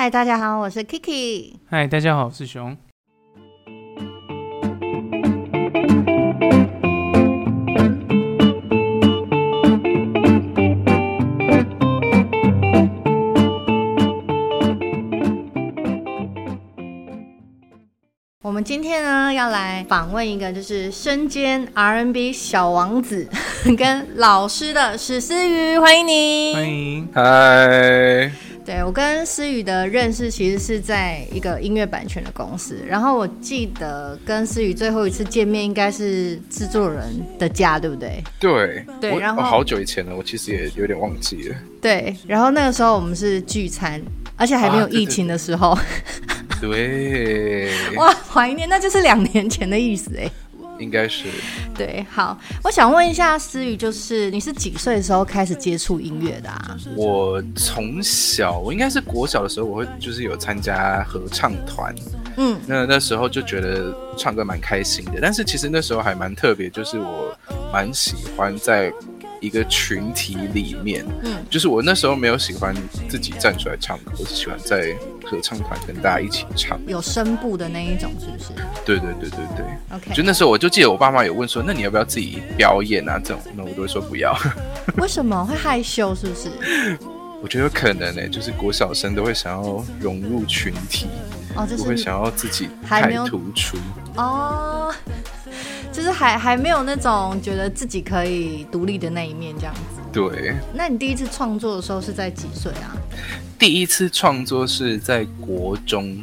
嗨，大家好，我是 Kiki。嗨，大家好，我是熊。我们今天呢要来访问一个就是身兼 R&B 小王子 跟老师的史思瑜，欢迎你。欢迎。嗨，对我跟思雨的认识其实是在一个音乐版权的公司，然后我记得跟思雨最后一次见面应该是制作人的家，对不对？对，对我然后哦好久以前了，我其实也有点忘记了。对，然后那个时候我们是聚餐，而且还没有啊对对疫情的时候，对，哇，怀念，那就是两年前的意思哎。应该是对，好，我想问一下思雨，就是你是几岁的时候开始接触音乐的啊？我从小，我应该是国小的时候，我会就是有参加合唱团。嗯，那那时候就觉得唱歌蛮开心的，但是其实那时候还蛮特别，就是我蛮喜欢在一个群体里面，嗯，就是我那时候没有喜欢自己站出来唱歌，我是喜欢在合唱团跟大家一起唱。有声部的那一种是不是对对对对对。就？OK，那时候我就记得我爸妈有问说，那你要不要自己表演啊？这种，那我都会说不要。 为什么会害羞？是不是？我觉得有可能呢、欸就是国小生都会想要融入群体，哦，这不会是想要自己还没太有突出。哦，就是还还没有那种觉得自己可以独立的那一面这样子。对，那你第一次创作的时候是在几岁啊？第一次创作是在国中，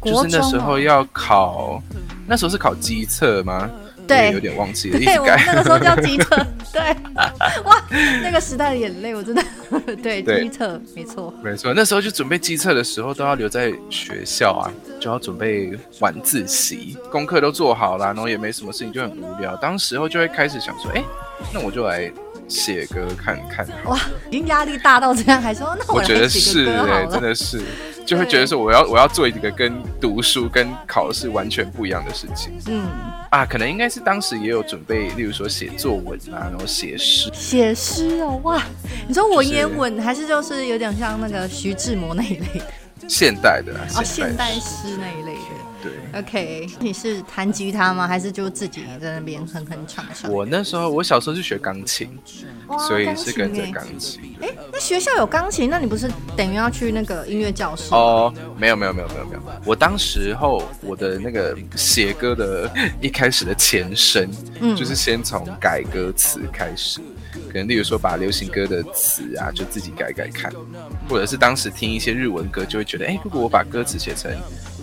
国中哦就是那时候要考，那时候是考机测吗？我也有对。点忘记了，一对，直我们改。那个时候叫机 测，对，哇，那个时代的眼泪，我真的， 对，对机测，没错，没错，那时候就准备机测的时候都要留在学校啊，就要准备晚自习，功课都做好啦，然后也没什么事情，就很无聊。当时候就会开始想说，哎、那我就来写歌看看好了。哇，已经压力大到这样，还说那我来觉得写是个歌哎、好真了，的是，就会觉得说我要我要做一个跟读书跟考试完全不一样的事情嗯，啊，可能应该是当时也有准备，例如说写作文啊，然后写诗，写诗哦，哇，你说文言就是文还是就是有点像那个徐志摩那一类的，现代的啦，哦，现代诗诗那一类的，对。 OK，你是弹吉他吗？还是就自己在那边哼哼唱唱？我那时候，我小时候是学钢琴，哇所以是跟着。琴钢琴。欸哎，那学校有钢琴，那你不是等于要去那个音乐教室？哦，没有没有没有没有没有，我当时候我的那个写歌的一开始的前身，嗯就是先从改歌词开始，可能例如说把流行歌的词啊，就自己改改看，或者是当时听一些日文歌，就会觉得，哎、如果我把歌词写成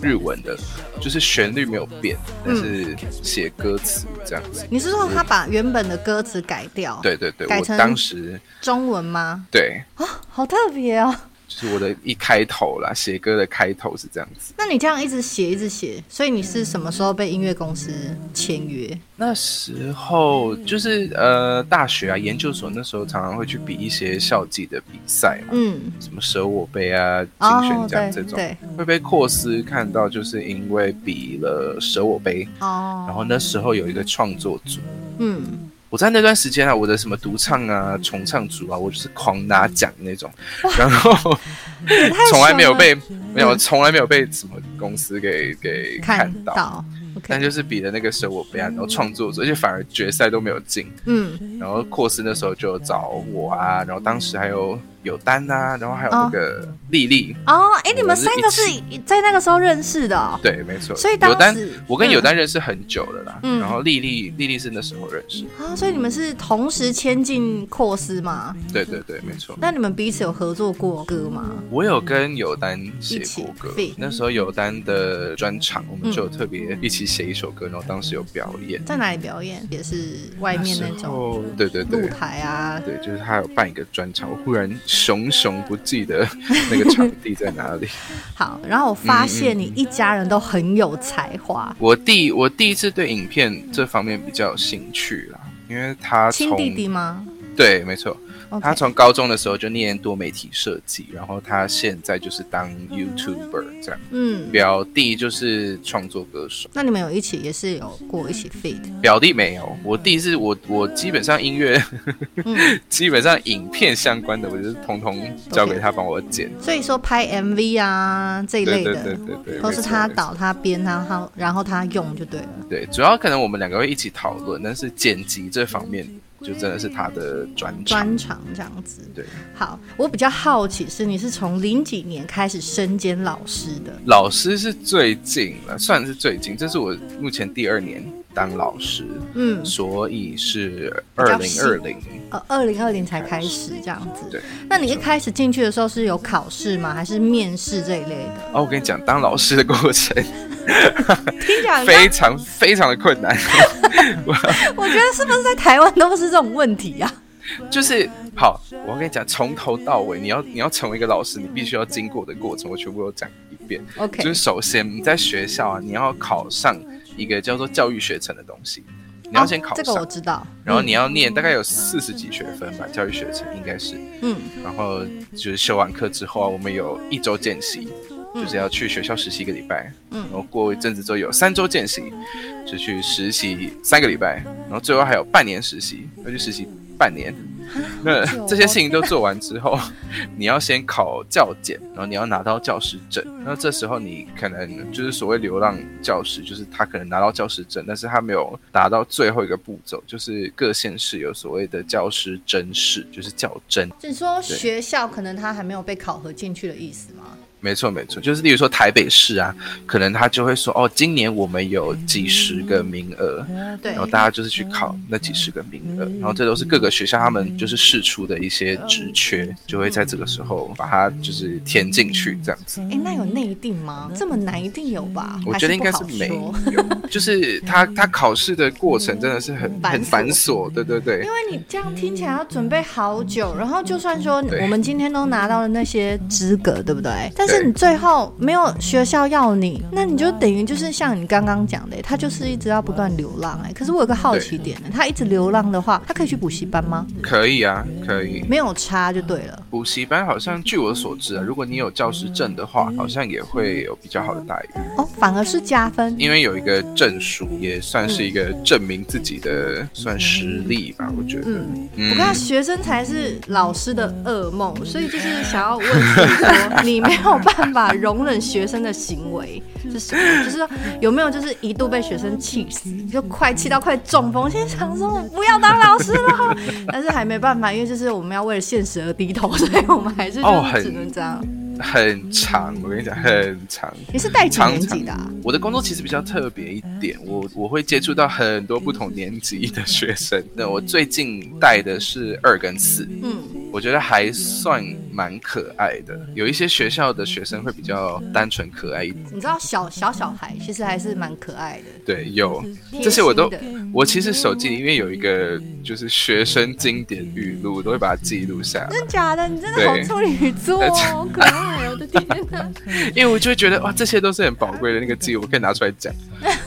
日文的，就是旋律没有变，但嗯是写歌词这样子。你是说他把原本的歌词改掉？，对对对，改我成当时中文吗？对，啊好特别哦。就是我的一开头啦，写歌的开头是这样子。那你这样一直写一直写，所以你是什么时候被音乐公司签约？那时候就是呃，大学啊，研究所那时候常常会去比一些校际的比赛嘛，嗯，什么舍我杯啊、哦金选奖这对种，对会被阔斯看到，就是因为比了舍我杯，然哦，后那时候有一个创作组。嗯，我在那段时间啊，我的什么独唱啊、重唱组啊，我就是狂拿奖那种，然后也太爽了嗯从来没有被没有从来没有被什么公司给给看看到，到。但 OK，就是比了那个舍我杯啊，然后创作组，而且反而决赛都没有进，嗯，然后阔斯那时候就找我啊，然后当时还有有丹啊，然后还有那个丽丽，哦，哎，你们我是三个一是起在那个时候认识的哦。对，没错。所以当有丹时，我跟嗯有丹认识很久了啦，嗯然后丽丽丽丽是那时候认识，啊，所以你们是同时签进阔斯吗？对对对，没错。那你们彼此有合作过歌吗？我有跟有丹写过歌一起，嗯那时候有丹的专场，我们就有特别一起写一首歌，然后当时有表演。在哪里表演？也是外面那时种候，对对露对。台啊？对，就是他有办一个专场，我忽然熊熊不记得那个场地在哪里。 好，然后我发现你一家人都很有才华，我弟我第一次对影片这方面比较有兴趣啦，因为他亲从弟弟吗？对，没错， OK 嗯他从高中的时候就念多媒体设计，然后他现在就是当 YouTuber 这样。嗯，表弟就是创作歌手，那你们有一起也是有过一起 feed，表弟没有，我弟是我我基本上音乐，嗯 基本上影片相关的，我就是通通交给他帮我剪。所以说拍 MV 啊这一类对的，对对对对，都没是错他没错导他编他他然后他用就对了。对，主要可能我们两个会一起讨论，但是剪辑这方面就真的是他的专长。专长这样子，对，好，我比较好奇是你是从零几年开始身兼老师的，老师是最近了，算是最近，这是我目前第二年当老师，嗯，所以是比二较零细二零。呃，二零二零才开始这样子。对，那你一开始进去的时候是有考试吗？还是面试这一类的？哦，我跟你讲，当老师的过程 听讲，非常非常的困难， 我觉得是不是在台湾都是这种问 题啊？就是好，我跟你讲，从头到尾，你要你要成为一个老师，你必须要经过的过程，我全部都讲一遍。 OK 就是首先你在学校啊，你要考上一个叫做教育学程的东西，你要先哦考这上，个我知嗯道。然后你要念大概有四十几学分吧，教育学程应该是，嗯，然后就是修完课之后啊，我们有一周见习，就是要去学校实习一个礼拜，嗯然后过一阵子之后有三周见习，就去实习三个礼拜，然后最后还有半年实习，要去实习半年。那好久哦这些事情都做完之后， 你要先考教检，然后你要拿到教师证。那这时候你可能就是所谓流浪教师，就是他可能拿到教师证，但是他没有达到最后一个步骤，就是各县市有所谓的教师甄试，就是教甄。就是说学校可能他还没有被考核进去的意思吗？没错，没错，就是例如说台北市啊，可能他就会说，哦，今年我们有几十个名额，对然，后大家就是去考那几十个名额，然后这都是各个学校他们就是试出的一些职缺，就会在这个时候把它就是填进去这样子。哎、那有内定吗？这么难一定有吧？我觉得应该还是是不好没说 有，就是他他考试的过程真的是很繁很琐繁琐，对对对因，为你这样听起来要准备好久，然后就算说对我们今天都拿到了那些资格，对不对？但是对你最后没有学校要你，那你就等于就是像你刚刚讲的，他就是一直要不断流浪哎、可是我有个好奇点呢，他一直流浪的话，他可以去补习班吗？可以啊，可以。没有差就对了。补习班好像据我所知啊，如果你有教师证的话，好像也会有比较好的待遇。哦，反而是加分。因为有一个证书，也算是一个证明自己的算实力吧，我觉得。嗯嗯我看学生才是老师的噩梦，所以就是想要问你说，你没有办法容忍学生的行 为是什么？就是说有没有就是一度被学生气死，就快气到快中风，现在想说我不要当老师了， 但是还没办法，因为就是我们要为了现实而低头，所以我们还是哦就很只能这样。很长，我跟你讲，很长。你是带几常年级的、啊？我的工作其实比较特别一点，我我会接触到很多不同年级的学生。那我最近带的是二跟四，嗯，我觉得还算蛮可爱的。有一些学校的学生会比较单纯可爱一点，你知道小小小孩其实还是蛮可爱的。对，有贴这些我都心的，我其实手机里面有一个就是学生经典语录，我都会把它记录下来。真假的？你真的好对处女座 哦，好可爱哦！我的天哪！因为我就会觉得哇，这些都是很宝贵的那个记录，我可以拿出来讲。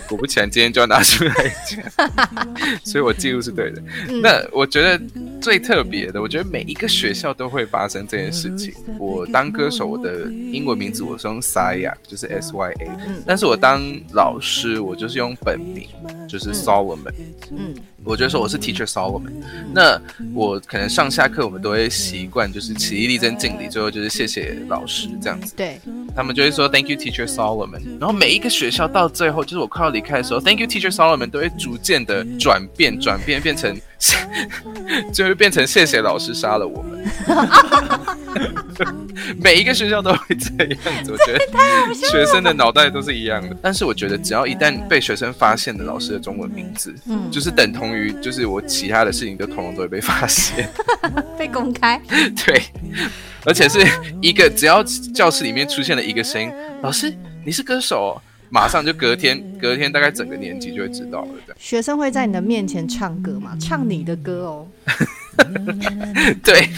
果不其然，今天就要拿出来讲，所以我记录是对的。那我觉得最特别的，我觉得每一个学校都会发生这件事情。我当歌手，我的英文名字我是用 Saya，就是 S Y A，、但是我当老师，我就是用本名，就是 Solomon。嗯，我就说我是 Teacher Solomon。那我可能上下课我们都会习惯，就是起立立正敬礼，最后就是谢谢老师这样子。对，他们就会说 Thank you Teacher Solomon，然后每一个学校到最后，就是我快要离开的时候，Thank you Teacher Solomon 都会逐渐的转变，转变变成， 就会变成谢谢老师杀了我们。 每一个学校都会这样子，我觉得学生的脑袋都是一样的。但是我觉得，只要一旦被学生发现了老师的中文名字，嗯就是等同于就是我其他的事情就统统都会被发现。被公开。 对，而且是一个只要教室里面出现了一个声音，老师你是歌手、哦，马上就隔天隔天大概整个年级就会知道了。这样嗯学生会在你的面前唱歌嘛？唱你的歌哦。 对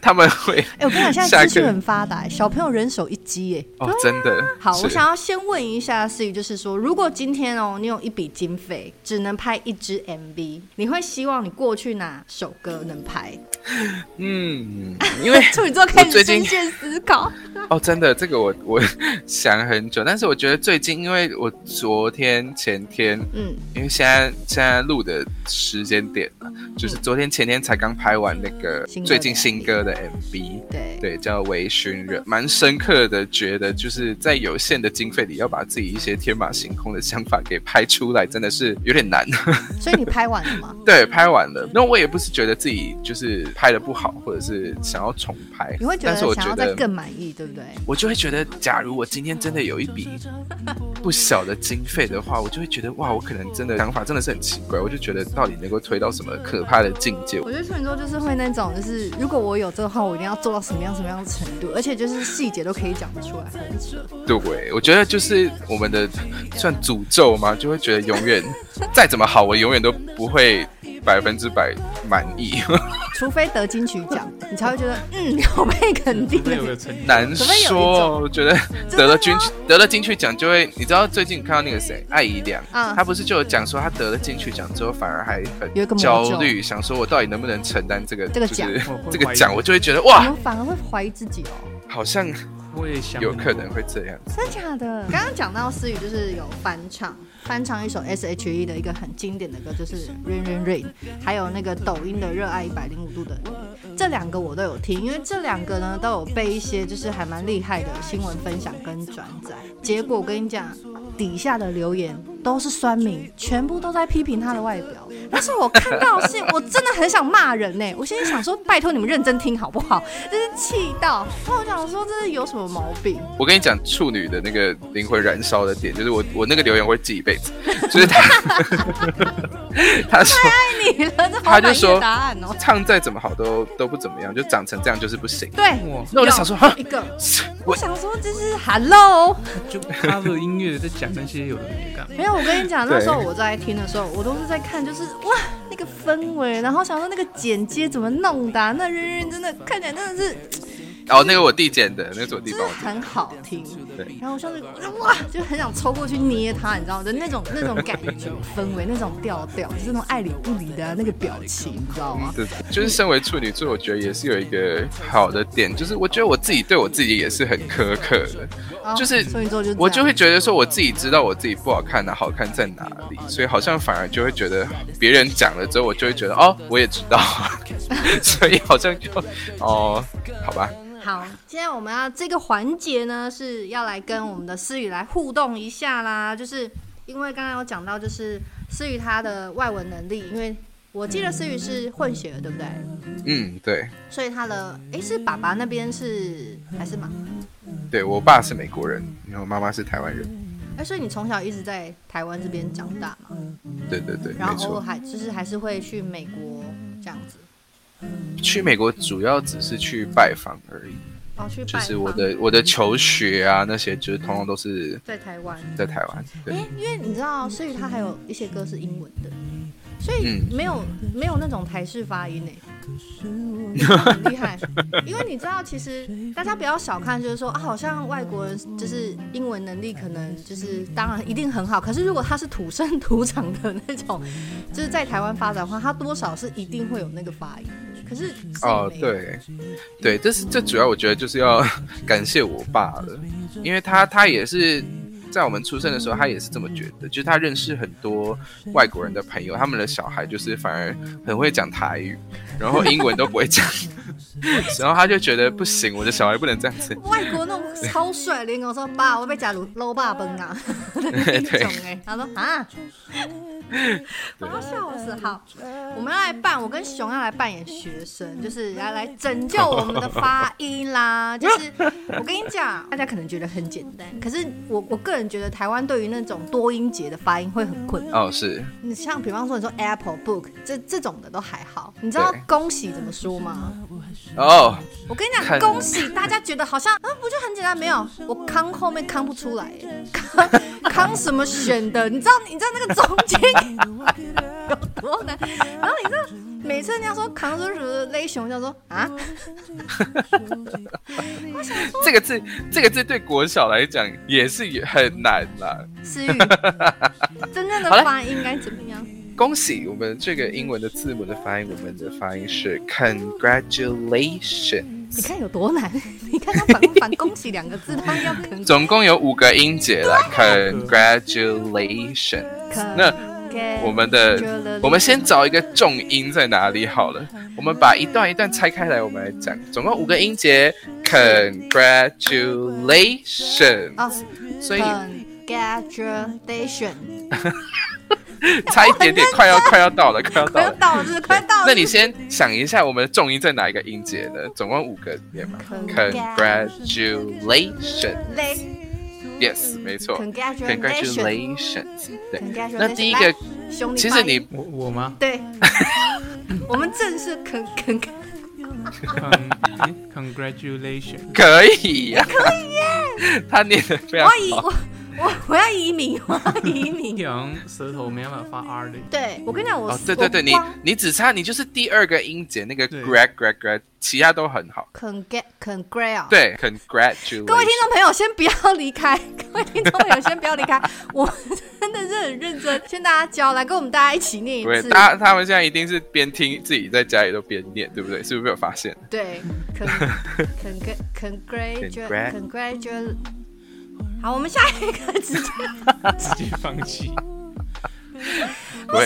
他们会哎、我跟你讲，现下在资课讯很发达、小朋友人手一机耶、哦，真的好，是我想要先问一下思雨，就是说，如果今天哦，你有一笔经费，只能拍一支 MV，你会希望你过去哪首歌能拍？ 嗯，因为处女座开我始最近深陷思考，哦，真的，这个我我 想很久，但是我觉得最近，因为我昨天前天， 嗯，因为现在现在录的时间点嘛，就是昨天前天才刚拍完那嗯个新歌的最近新歌的 MV，对，对，叫《微醺人》，蛮深刻的，觉得就是在有限的经费里，要把自己一些天马行空的想法给拍出来，真的是有点难。 所以你拍完了吗？对，拍完了，那我也不是觉得自己就是拍的不好，或者是想要重拍，你会觉但是我得觉想得要再更满意，对不对？我就会觉得，假如我今天真的有一笔不小的经费的话，我就会觉得哇，我可能真的想法真的是很奇怪，我就觉得到底能够推到什么可怕的境界？我觉得处女座就是会那种，就是如果我有这个话，我一定要做到什么样什么样的程度，而且就是细节都可以讲得出来，很准。对，我觉得就是我们的算诅咒吗？就会觉得永远再怎么好，我永远都不会百分之百满意， 除非得金曲奖，你才会觉得嗯， 有被肯定。对，我有成就。难除非有一说。种我觉得得了金曲得了金曲奖就会，你知道最近看到那个谁艾怡良，嗯他不是就有讲说他得了金曲奖之后反而还有一个魔很焦咒虑，想说我到底能不能承担这个这个就是奖嗯我这个怀疑奖，我就会觉得你哇，们反而会怀疑自己哦，好像我也想有可能会这样子。真的假的？刚刚讲到思雨就是有翻唱，翻唱一首 S.H.E 的一个很经典的歌，就是《Rain Rain Rain》，还有那个抖音的《热爱一百零五度的你》，这两个我都有听，因为这两个呢都有被一些就是还蛮厉害的新闻分享跟转载。结果我跟你讲，底下的留言都是酸民，全部都在批评他的外表。但是我看到是我真的很想骂人呢、我心里想说，拜托你们认真听好不好？ 真是气到，然后我想说这是有什么毛病？我跟你讲，处女的那个灵魂燃烧的点，就是我我那个留言我会记一 辈子，就是他 他说你了，这啊好 他满就意的说答案哦。唱再怎么好都都不怎么样，就长成这样就是不行。对，哇，那我就想说，哈有，一个，我我想说这是 hello，就 cover 音乐在讲那些有的没的 干嘛？没有，我跟你讲，那对时候我在听的时候，我都是在看，就是哇那个氛围，然后想说那个剪接怎么弄的啊、那人人真的看起来真的是哦，那个我弟剪的，那个是我弟真帮的我很好听对。然后我就是哇，就很想抽过去捏它，你知道吗？就那种那种感觉氛围，那种调调，就是那种爱理不理的、啊、那个表情，你知道吗？对，就是身为处女座，我觉得也是有一个好的点，就是我觉得我自己对我自己也是很苛刻的，啊就是所以你做就这样我就会觉得说我自己知道我自己不好看的、好看在哪里，所以好像反而就会觉得别人讲了之后，我就会觉得哦，我也知道， 所以好像就哦，好吧，好，现在我们要这个环节呢，是要来跟我们的思雨来互动一下啦。就是因为刚刚有讲到，就是思雨她的外文能力，因为我记得思雨是混血的，对不对？嗯，对，所以她的诶是爸爸那边是还是妈？对我爸是美国人，然后我妈妈是台湾人，哎，所以你从小一直在台湾这边长大嘛，对对对，然没后偶尔错。还就是还是会去美国这样子，去美国主要只是去拜访而已，然哦后去拜就访。是我的我的求学啊那些，就是通通都是在台湾，在台湾，对。哎，因为你知道，思雨她还有一些歌是英文的，所以嗯没有、没有那种台式发音 呢、很厉害。因为你知道，其实大家不要小看，就是说啊，好像外国人就是英文能力可能就是当然一定很好，可是如果他是土生土长的那种，就是在台湾发展的话，他多少是一定会有那个发音。可是哦，，对，对，这是这主要我觉得就是要 感谢我爸了，因为他他也是在我们出生的时候，他也是这么觉得，就是他认识很多外国人的朋友，他们的小孩就是反而很会讲台语，然后英文都不会讲， 然后他就觉得不行，我的小孩不能这样子，外国那种超帅，连跟我说爸，我被假如搂爸崩啊，那种哎、 他说啊，我要笑死。好，我们要来扮，我跟熊要来扮演学生，就是要来拯救我们的发音啦。就是我跟你讲，大家可能觉得很简单，可是我我个人觉得台湾对于那种多音节的发音会很困难。哦，是你像比方说你说 apple book 这这种的都还好，你知道对恭喜怎么说吗？哦，我跟你讲，看恭喜大家觉得好像啊，不就很简单？没有，我康后面康不出来， 康康什么选的？你知道你在那个中间有多难？然后你知道每次人家说康说什么勒熊，叫说啊，这个字，这个字对国小来讲也是很难啦。思 雨，真正的好嘞发音应该怎么样？恭喜我们这个英文的字母的发音，我们的发音是 congratulation。你看有多难？ 你看他反不反“恭喜”两个字，他要肯总共有五个音节啦 c o n g r a t u l a t i o n 肯。那我们的，我们先找一个重音在哪里好了。我们把一段一段拆开来，我们来讲。总共五个音节，congratulation。哦所以，congratulation，差一点点，快要快要到了，快要到快要了。呃到了，是不是快到了。那你先想一下，我们的重音在哪一个音节呢？总共五个音嘛。Congratulation，yes，没嗯错。 congratulation， Congratulations，对。嗯 Congratulations 那第一个，来兄弟，其实你我我吗？ 对，我们正式 con con 嗯 Congratulation，可以呀、 他念的非我要常移好。我我我要移民，我要移 民。羊舌头没办法发 R 的，对，我跟你讲，我哦，对对对，你我光你只差你就是第二个音节那个对 grad grad grad，其他都很好。 congrat congrat 哦对，congratulation。各位听众朋友，先不要离开， 各位听众朋友先不要离开， 我真的是很认真，先大家教来跟我们大家一起念一对，次。他他们现在一定是边听自己在家里都边念，对不对？是不是没有发现？对，con con congrat Congrat congrat。好，我们下一个直接直接放弃。时对，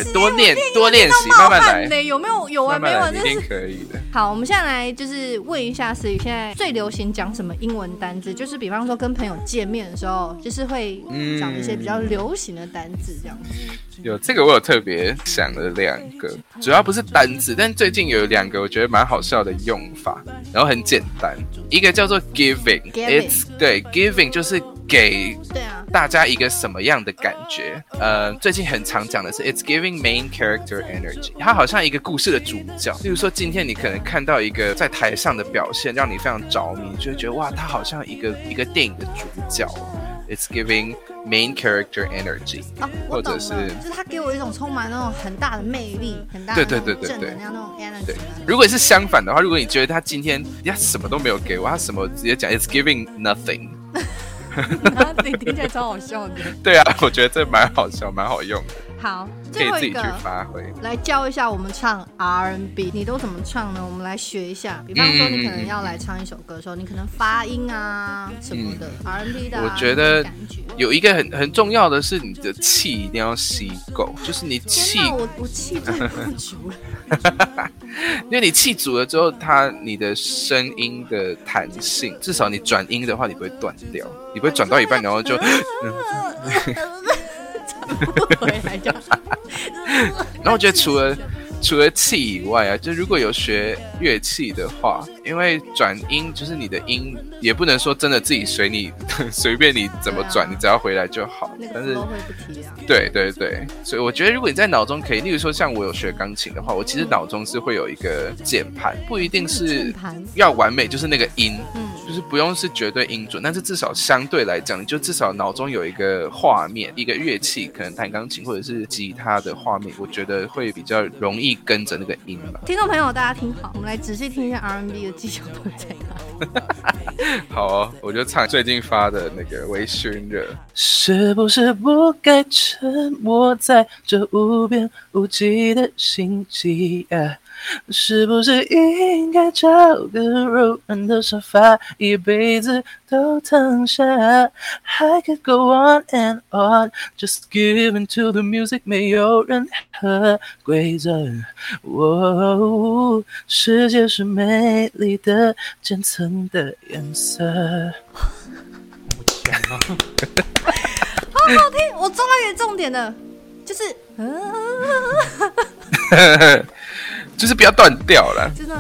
间多我练多练习，到冒慢慢汗来，嘞，有没有有完慢没完？慢来，真一的定是可以的。好，我们现在来就是问一下思雨，现在最流行讲什么英文单字？就是比方说跟朋友见面的时候，就是会嗯讲一些比较流行的单字这样子。有这个，我有特别想了两个，主要不是单字，但最近有两个我觉得蛮好笑的用法，然后很简单，一个叫做 giving，it's Giving 对 giving 就是给对啊，大家一个什么样的感觉？呃，最近很常讲的是 it's giving main character energy，它好像一个故事的主角。例如说，今天你可能看到一个在台上的表现，让你非常着迷，你就会觉得哇，他好像一个一个电影的主角哦。It's giving main character energy，哦，我或懂者了，是就是它给我一种充满那种很大的魅力、很大的对那对对种对正对能量那种 energy 对啊。如果是相反的话，如果你觉得他今天他什么都没有给我，他什么直接讲 it's giving nothing，然后 你听起来超好笑的。对啊， 我觉得这蛮好笑，蛮好用的，好，可最以后自一己去个发挥。来教一下我们唱 R&B，你都怎么唱呢？我们来学一下。比方说，你可能要来唱一首歌的时候，你可能发音啊什么的、R&B 的啊、嗯我觉那种得感觉。有一个很很重要的是，你的气一定要吸够，就是你气天，哪，我我气最不 足了。因为你气足了之后，它你的声音的弹性，至少你转音的话，你不会断掉，你不会转到一半然 后就唱不回来就。然后我觉得除了除了气以外啊，就如果有学乐器的话，因为转音就是你的音也不能说真的自己随你 随便你怎么转，对啊你只要回来就好那。但个是 flow 会不提啊。对对对，所以我觉得如果你在脑中可以，例如说像我有学钢琴的话，我其实脑中是会有一个键盘，不一定键是盘，要完美，就是那个音，嗯。就是不用是绝对音准，但是至少相对来讲，你就至少脑中有一个画面，一个乐器，可能弹钢琴或者是吉他的画面，我觉得会比较容易跟着那个音吧。听众朋友，大家听好，我们来仔细听一下 R&B 的技巧都在哪 里。好、哦，我就唱最近发的那个微醺热。是不是不该沉默在这无边无际的星际、啊？是不是应该找个柔软的沙发，一辈子都躺下？I could go on and on, just give in to the music，没有任何规则。哦，世界是美丽的渐层的颜色。我强啊！哎，我抓到一个重点了，就是，嗯、 就是不要断掉了。真的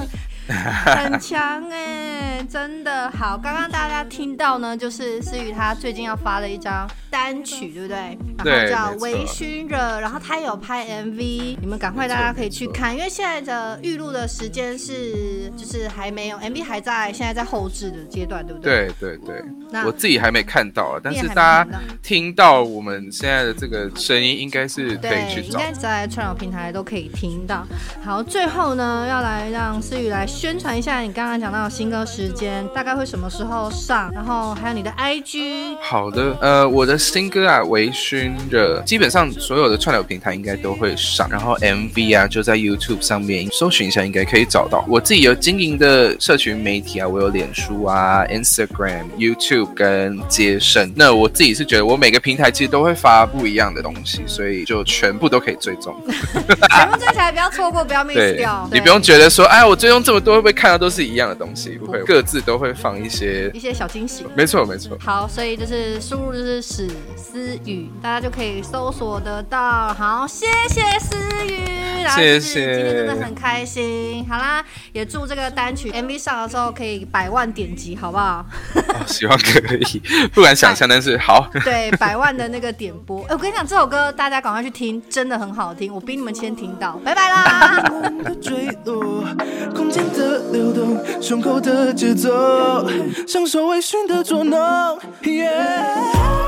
很强哎、真的好。刚刚大家听到呢，就是思雨她最近要发了一张单曲，对不对？对然后叫没《错微醺热》，然后她有拍 MV，你们赶快没错大家可以去没错看，因为现在的预录的时间是就是还没有 MV 还在现在在后置的阶段，对不对？对对对，那我自己还没看到，啊但是还没大看家到听到我们现在的这个声音，应该是可以去应找。该在串流平台都可以听到。好，最后呢，要来让思雨来宣传一下你刚刚讲到的新歌时间，大概会什么时候上，然后还有你的 IG。好的，呃，我的新歌啊，《微醺热》，基本上所有的串流平台应该都会上，然后 MV 啊就在 YouTube 上面搜寻一下，应该可以找到。我自己有经营的社群媒体啊，我有脸书啊、Instagram、YouTube 跟接生。那我自己是觉得，我每个平台其实都会发不一样的东西，所以就全部都可以追 踪。想要追起来，不要错过，不要 miss 对掉。，你对不用觉得说，哎，我追踪这么多，会不会看到都是一样的东西？不会，不各自都会放一些一。些小惊喜。没错，没错。好，所以就是输入就是史思雨，大家就可以搜索得到。好，谢谢思雨，老师谢谢今天真的很开心。好啦，也祝这个单曲 MV 上的时候可以百万点击，好不好？哦希望可以，不敢想象，但是好。对，百万的那个点播。哎、我跟你讲，这首歌大家赶快去听，真的很好听，我比你们先听到。拜拜啦。梦的坠落，空间的流动，胸口的节奏，享受微醺的捉弄。Yeah